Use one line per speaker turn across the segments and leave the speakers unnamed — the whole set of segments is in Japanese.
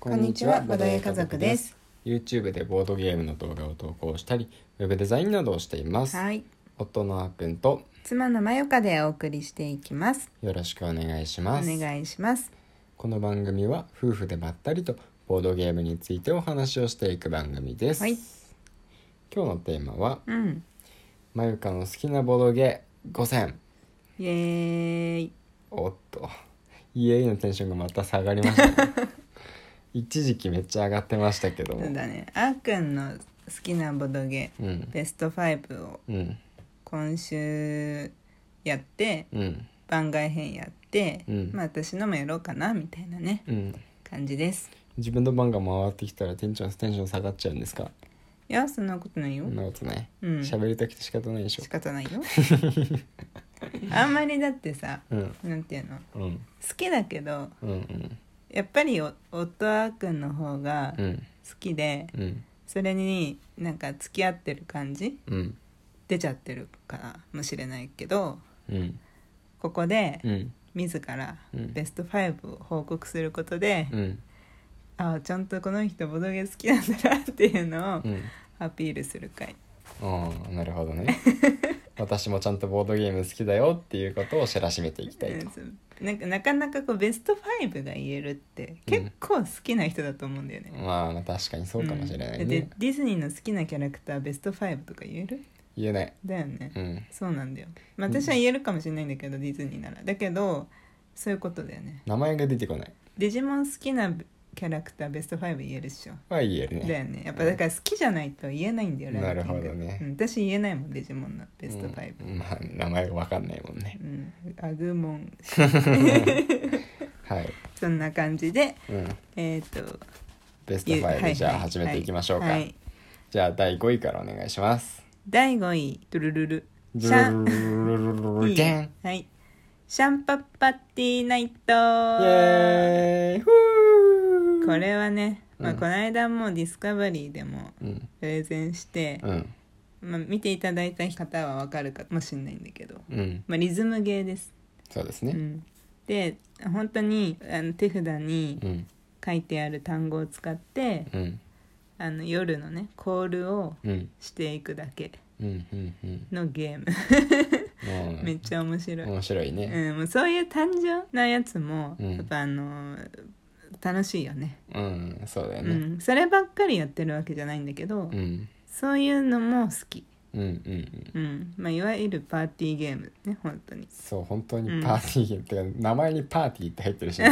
こんにちは、ボドゲ家族で。す。
YouTube でボードゲームの動画を投稿したり、ウェブデザインなどをしています。
はい、
夫のあっくんと
妻のまよかでお送りしていきます。
よろしくお願いし
お
ます。
願いします。
この番組は夫婦でまったりとボードゲームについてお話をしていく番組です。
はい
今日のテーマは、
うん、
まゆかの好きなボードゲー5選。
イエーイ。
おっと、イエーイのテンションがまた下がりました、ね。 一時期めっちゃ上がってましたけども。
そうだね、あーくんの好きなボドゲ
うん。
ベスト5を
うん。
今週やって
うん。
番外編やって、
うん
まあ私のもやろうかなみたいなね
うん。
感じです。
自分の番が回ってきたらテンションテンション下がっちゃうんですか
いやそんなことないよ
そん。なことない
うん、
喋、りたくて仕方ないでしょ
仕方ないよ。 あんまりだってさ、
うん
なんていうの、
うん
好きだけど
うんうん
やっぱりお夫あーくんの方が
う
好
ん
きで、
うん
それになんか付き合ってる感じ
うん
出ちゃってるからもしれないけど
うん
ここで
うん
自ら
うん
ベスト5を報告することで、
うん
ああちゃんとこの人ボドゲ好きなんだなっていうのを
うん
アピールする回
ああなるほど ね私もちゃんとボードゲーム好きだよっていうことを知らしめていきたいと
うんなんかなかなかこうベスト5が言えるって結構好きな人だと思うんだよね、
まあまあ確かにそうかもしれない
うん
ね、
でディズニーの好きなキャラクターベスト5とか言える
言えない
だよね、
うん
そうなんだよ、まあ、私は言えるかもしれないんだけど、ディズニーならだけどそういうことだよね
名前が出てこない
デジモン好きなキャラクターベスト5言えるっしょ
は言える
だ
ね
よねやっぱだから好きじゃないと言えないんだよ
なる
ランキング
ほどね
うん、私言えないもんデジモンのベスト5、
うんまあ名前がわかんないもんね
うんアグモン
はい、
そんな感じで
うん、
えっ、と
ベスト
ゆ
5、
はい
じゃ
は
あ始めていきましょうか、
はいはい
じゃあ第5位からお願いします
第5位ドゥルルル
ル
シ
ル
ャ
ル
ン
ルルルルルデン
はいシャンパッパッティーナイト
イエーイふー
これはね、まあ、
うん
この間もうディスカバリーでも
うん
プレゼンして、
うん
まあ、見ていただいた方はわかるかもしれないんだけど、
うん
まあ、リズムゲーです、
そうです
う
ね
ん、で本当にあの手札に
うん
書いてある単語を使って
うん
あの夜のねコールを
うん
していくだけ
うんうんうん
のゲーム
もう
めっちゃ面白い、
面白いね
うん、もうそういう単純なやつも、
うん
やっぱあの楽しいよね、
うんそうだよ
う
ね
ん、そればっかりやってるわけじゃないんだけど、
うん
そういうのも好き、
うんうん
うんまあ、いわゆるパーティーゲームね本当に
そう本当にパーティーゲームっていうか名前にパーティーって入ってるしね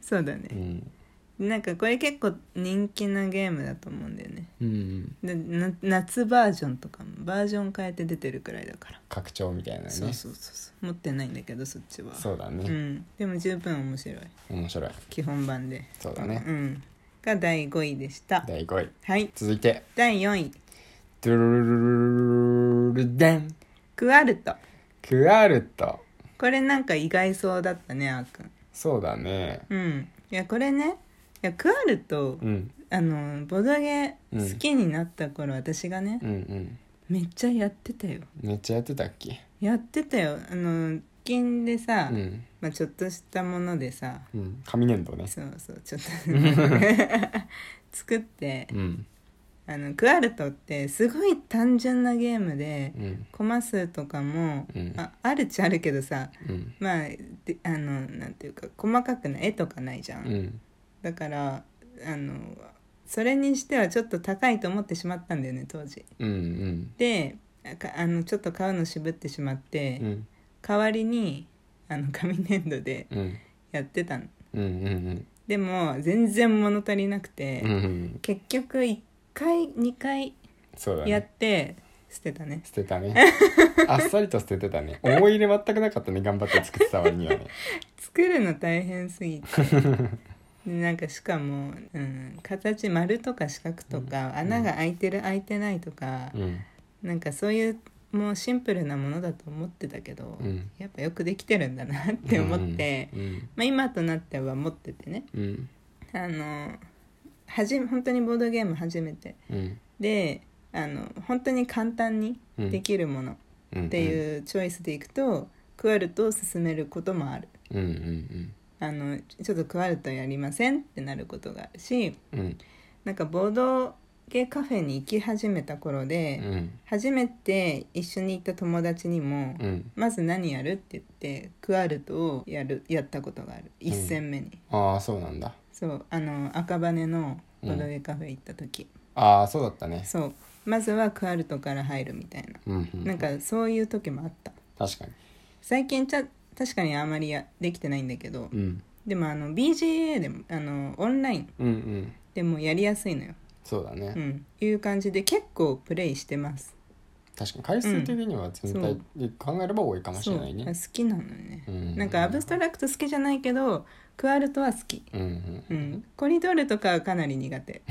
そうだ
う
ね、
ん
なんかこれ結構人気なゲームだと思うんだよね
うん
でな夏バージョンとかもバージョン変えて出てるくらいだから、
拡張みたいなね
そうそうそうそう持ってないんだけどそっちは
そうだ
う
ね
ん、でも十分面白い
面白い
基本版で
そうだね
うん、が第5位でした
第5位
はい
続いて
第4位
ドゥルルルルルルデン
クアルト
クアルト
これなんか意外そうだったねあーくん
そうだね
うんいやこれねいやクアルト、
うん
あのボドゲ
うん
好きになった頃、私がね
うんうん
めっちゃやってたよ
めっちゃやってたっけ
やってたよあの金でさ、
うん、
まあ、ちょっとしたものでさ
うん、紙粘土ね
そうそうちょっと 作って
うん
あのクアルトってすごい単純なゲームで
うん
コマ数とかも、
うん
ああるっちゃあるけどさ
うん
まあであのなんていうか細かくない絵とかないじゃん、
うん
だからあのそれにしてはちょっと高いと思ってしまったんだよね当時。
うんうん
でなんかあのちょっと買うの渋ってしまって、
うん
代わりにあの紙粘土で
うん
やってたの
うんうん
でも全然物足りなくて、
うんうん
結局1回2回
そうだ
やっ
ね
て捨てたね
捨てたねあっさりと捨ててたね思い入れ全くなかったね頑張って作ってた割にはね
作るの大変 すぎてでなんかしかも、うん、形丸とか四角とか、穴が開いてる開いてないとか、
うん
なんかそういうもうシンプルなものだと思ってたけど、
うん
やっぱよくできてるんだなって思って、
うん
まあ、今となっては持っててね
うん
あのはじめ本当にボードゲーム初めて
うん
であの本当に簡単に
うん
できるもの
うん
っていうチョイスでいくと、クアルトを進めることもある
うんうん
あのちょっとクワルトやりませんってなることがあるし
うん
なんかボード系カフェに行き始めた頃で、
うん
初めて一緒に行った友達にも、
うん
まず何やるって言ってクワルトをやるやったことがある1戦目に、
ああそうなんだ
そうあの赤羽のボードウェイカフェ行った時、
ああそうだったね
そうまずはクワルトから入るみたいな、
うんうん
なんかそういう時もあった
確かに
最近ちゃ確かにあまりやできてないんだけど、
うん
でもあの BGA でもあのオンライン
うんうん
でもやりやすいのよ、
そうだね、
うん、いう感じで結構プレイしてます
確かに回数的には全体で考えれば多いかもしれない
そう
ね、
好きなのよね、
うん
なんかアブストラクト好きじゃないけどクワルトは好き、
うんうん
うん、コリドールとかはかなり苦手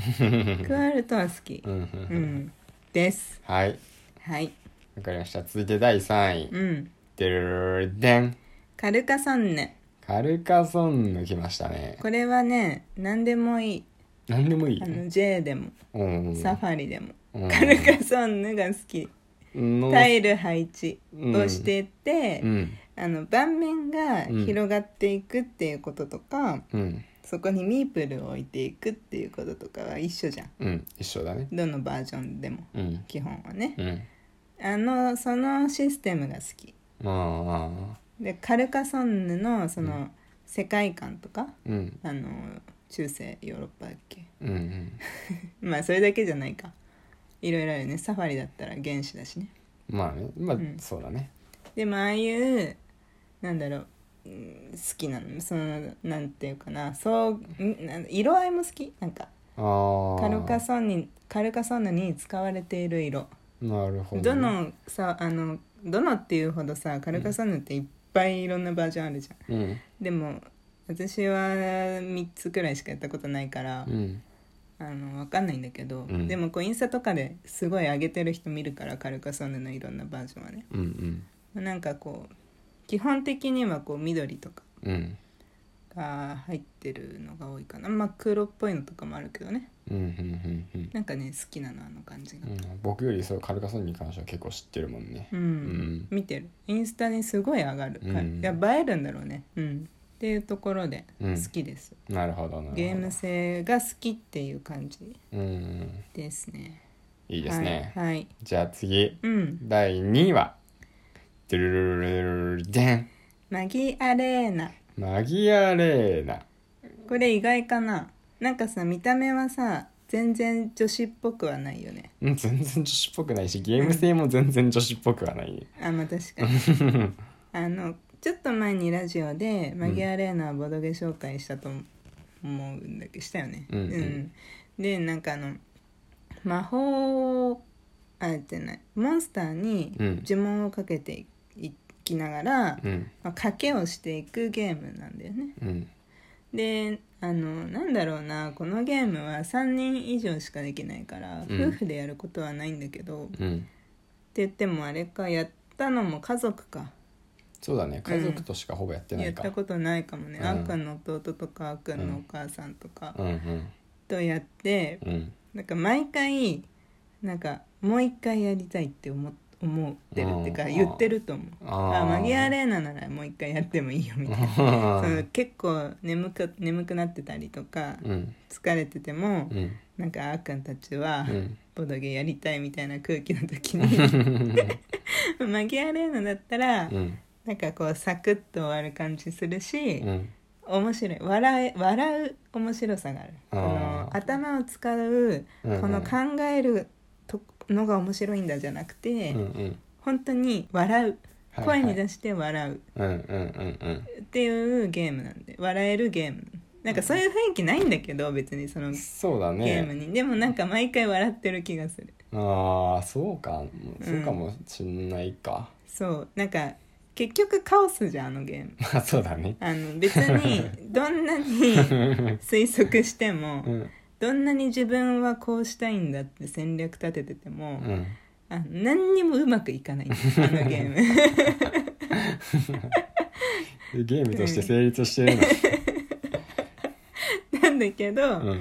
クワルトは好き
うんう
うんんです
はい
はい
わかりました続いて第3位
うん
でるるでん
カルカソンヌ
カルカソンヌきましたね
これはね何でもいい
何でもいい
あの J でも
うん
サファリでも、
うん
カルカソンヌが好き
の
タイル配置をしていって、
うん
あの盤面が
うん
広がっていくっていうこととか、
うん
そこにミープルを置いていくっていうこととかは一緒じゃん
うん一緒だね
どのバージョンでも
うん
基本はね
うん
あのそのシステムが好き
ああ
でカルカソンヌのその世界観とか、
うん
あの中世ヨーロッパだっけ
うんうん
まあそれだけじゃないかいろいろあるよねサファリだったら原始だしね
まあねまあ、
うん
そうだね
でもああいうなんだろううん好きなのそのなんていうかなそううんなん色合いも好きなんか
ああ
カルカソンヌカルカソンヌに使われている色
なるほど
ど
ね、
のさあのどのっていうほどさカルカソンヌっていっぱいいろんなバージョンあるじゃん、
うん
でも私は3つくらいしかやったことないから、
うん
あの分かんないんだけ
う
ど、
ん
でもこうインスタとかですごい上げてる人見るからカルカソンヌのいろんなバージョンはね
うん
なんかこう基本的にはこう緑とか
うんうん
が入ってるのが多いかなまあ黒っぽいのとかもあるけどね
うんうんうんうん
なんかね好きなのあの感じが
うん僕よりそうカルカソンヌに関しては結構知ってるもんね
うん、
ん
見てるインスタにすごい上がる、
うん
いや映えるんだろうね、うん、っていうところで
うん
好きです、
なるほどなるほど
ゲーム性が好きっていう感じ
うんうん
ですね
いいですね、
はい、はい
じゃあ次
うん
第2位はドゥルルルルルルデン
マギアレーナ
マギアレーナ
これ意外かななんかさ見た目はさ全然女子っぽくはないよね
うん全然女子っぽくないしゲーム性も全然女子っぽくはない
あまあ確かに あのちょっと前にラジオでマギアレーナはボドゲ紹介したと思うんだけどしたよね
うんうん
でなんかあの魔法あじゃないモンスターに
うん
呪文をかけていきながら、
うん
まあ、賭けをしていくゲームなんだよね
うん
であのなんだろうなこのゲームは3人以上しかできないから、
うん
夫婦でやることはないんだけど、っ
う
て
ん
言ってもあれかやったのも家族か
そうだね家族としかほぼやってな
や
い
っ
か
たことないかもね、
うん
あっくんの弟とかあっくんのお母さんとか
うんうん
とやって、
うん
なんか毎回なんかもう一回やりたいって思思ってるっていうか
うん
言ってると思う、
あー
あマギアレーナならもう一回やってもいいよみたいな、その結構眠く眠くなってたりとか
うん
疲れてても、
うん
なんかあっくんたちは、
うん
ボドゲやりたいみたいな空気の 時にマギアレーナだったら、
うん
なんかこうサクッと終わる感じするし、
うん
面白い笑え笑う面白さがある
あ
こ
ー
の頭を使う
うんうん
この考えるとのが面白いんだじゃなくて、
うんうん
本当に笑う
はいはい
声に出して笑う
うんうんうんうん
っていうゲームなんで笑えるゲームなんかそういう雰囲気ないんだけど別にそのゲ
そうだね
ームに、でもなんか毎回笑ってる気がする
ああそうかそうか
うん
もしんないか、
そうなんか結局カオスじゃんあのゲーム
まあそうだね
あの別にどんなに推測しても、
うん
どんなに自分はこうしたいんだって戦略立ててても、
うん
あ何にもうまくいか ないんですあのゲーム
でゲームとして成立してる
なんだけど、
の、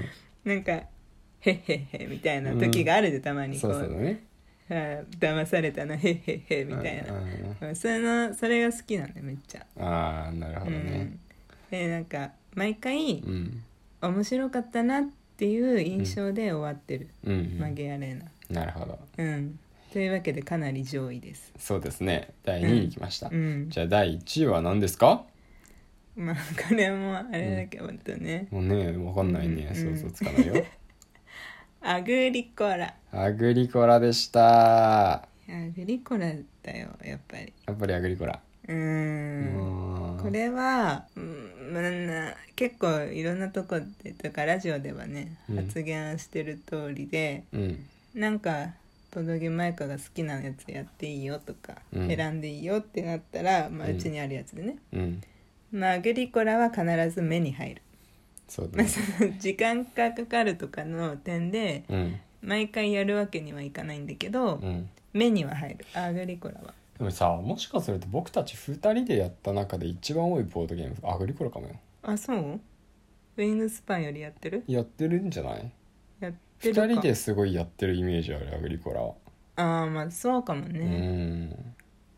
なんか「へっへっへ」みたいな時があるでたま
うん、
にこ
そううそうだね
あー騙されたな「へっへっへ」みたいな、
うんうんうん
そのそれが好きなんだよめっちゃ、
ああなるほ
う
どね
ん、でなんか毎回
うん
面白かったなっていう印象で終わってる、
うんうん
マゲアレーナ
なるほど
うんというわけでかなり上位です
そうですね第2位いきました、
うん
じゃあ第1位は何ですか
まあこれもあれだけど本当ね、
もうねわかんないね、
うんうん
想像つかないよ
アグリコラ
アグリコラでした
アグリコラだよやっぱり
やっぱりアグリコラ、
うーん
もう
これは、うんまあな結構いろんなとこでとかラジオではね
うん
発言してる通りで、
うん
なんかボドゲマイカが好きなやつやっていいよとか、
うん
選んでいいよってなったら、まあ、
う
うんちにあるやつでね、
うん
まあ、アグリコラは必ず目に入る
そう だね
時間がかかるとかの点で
うん
毎回やるわけにはいかないんだけど、
うん
目には入るアグリコラは
でもさもしかすると僕たち2人でやった中で一番多いボードゲームアグリコラかもよ
あそうウィングスパンよりやってる
やってるんじゃない
やってるか
2人ですごいやってるイメージあるアグリコラは、
ああまあそうかもね、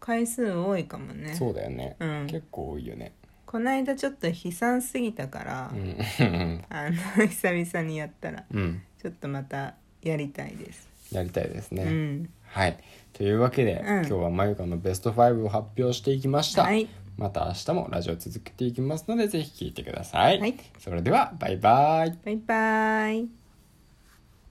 回数多いかも
う
ね
んそうだよね、
うん
結構多いよね
こないだちょっと悲惨すぎたから、
うん
あの久々にやったら
うん
ちょっとまたやりたいです、
やりたいですね、
うん
はいというわけで、
うん
今日はまゆかのベスト5を発表していきました、
はい
また明日もラジオ続けていきますのでぜひ聞いてください、
はい
それではバイバイ
バイバイ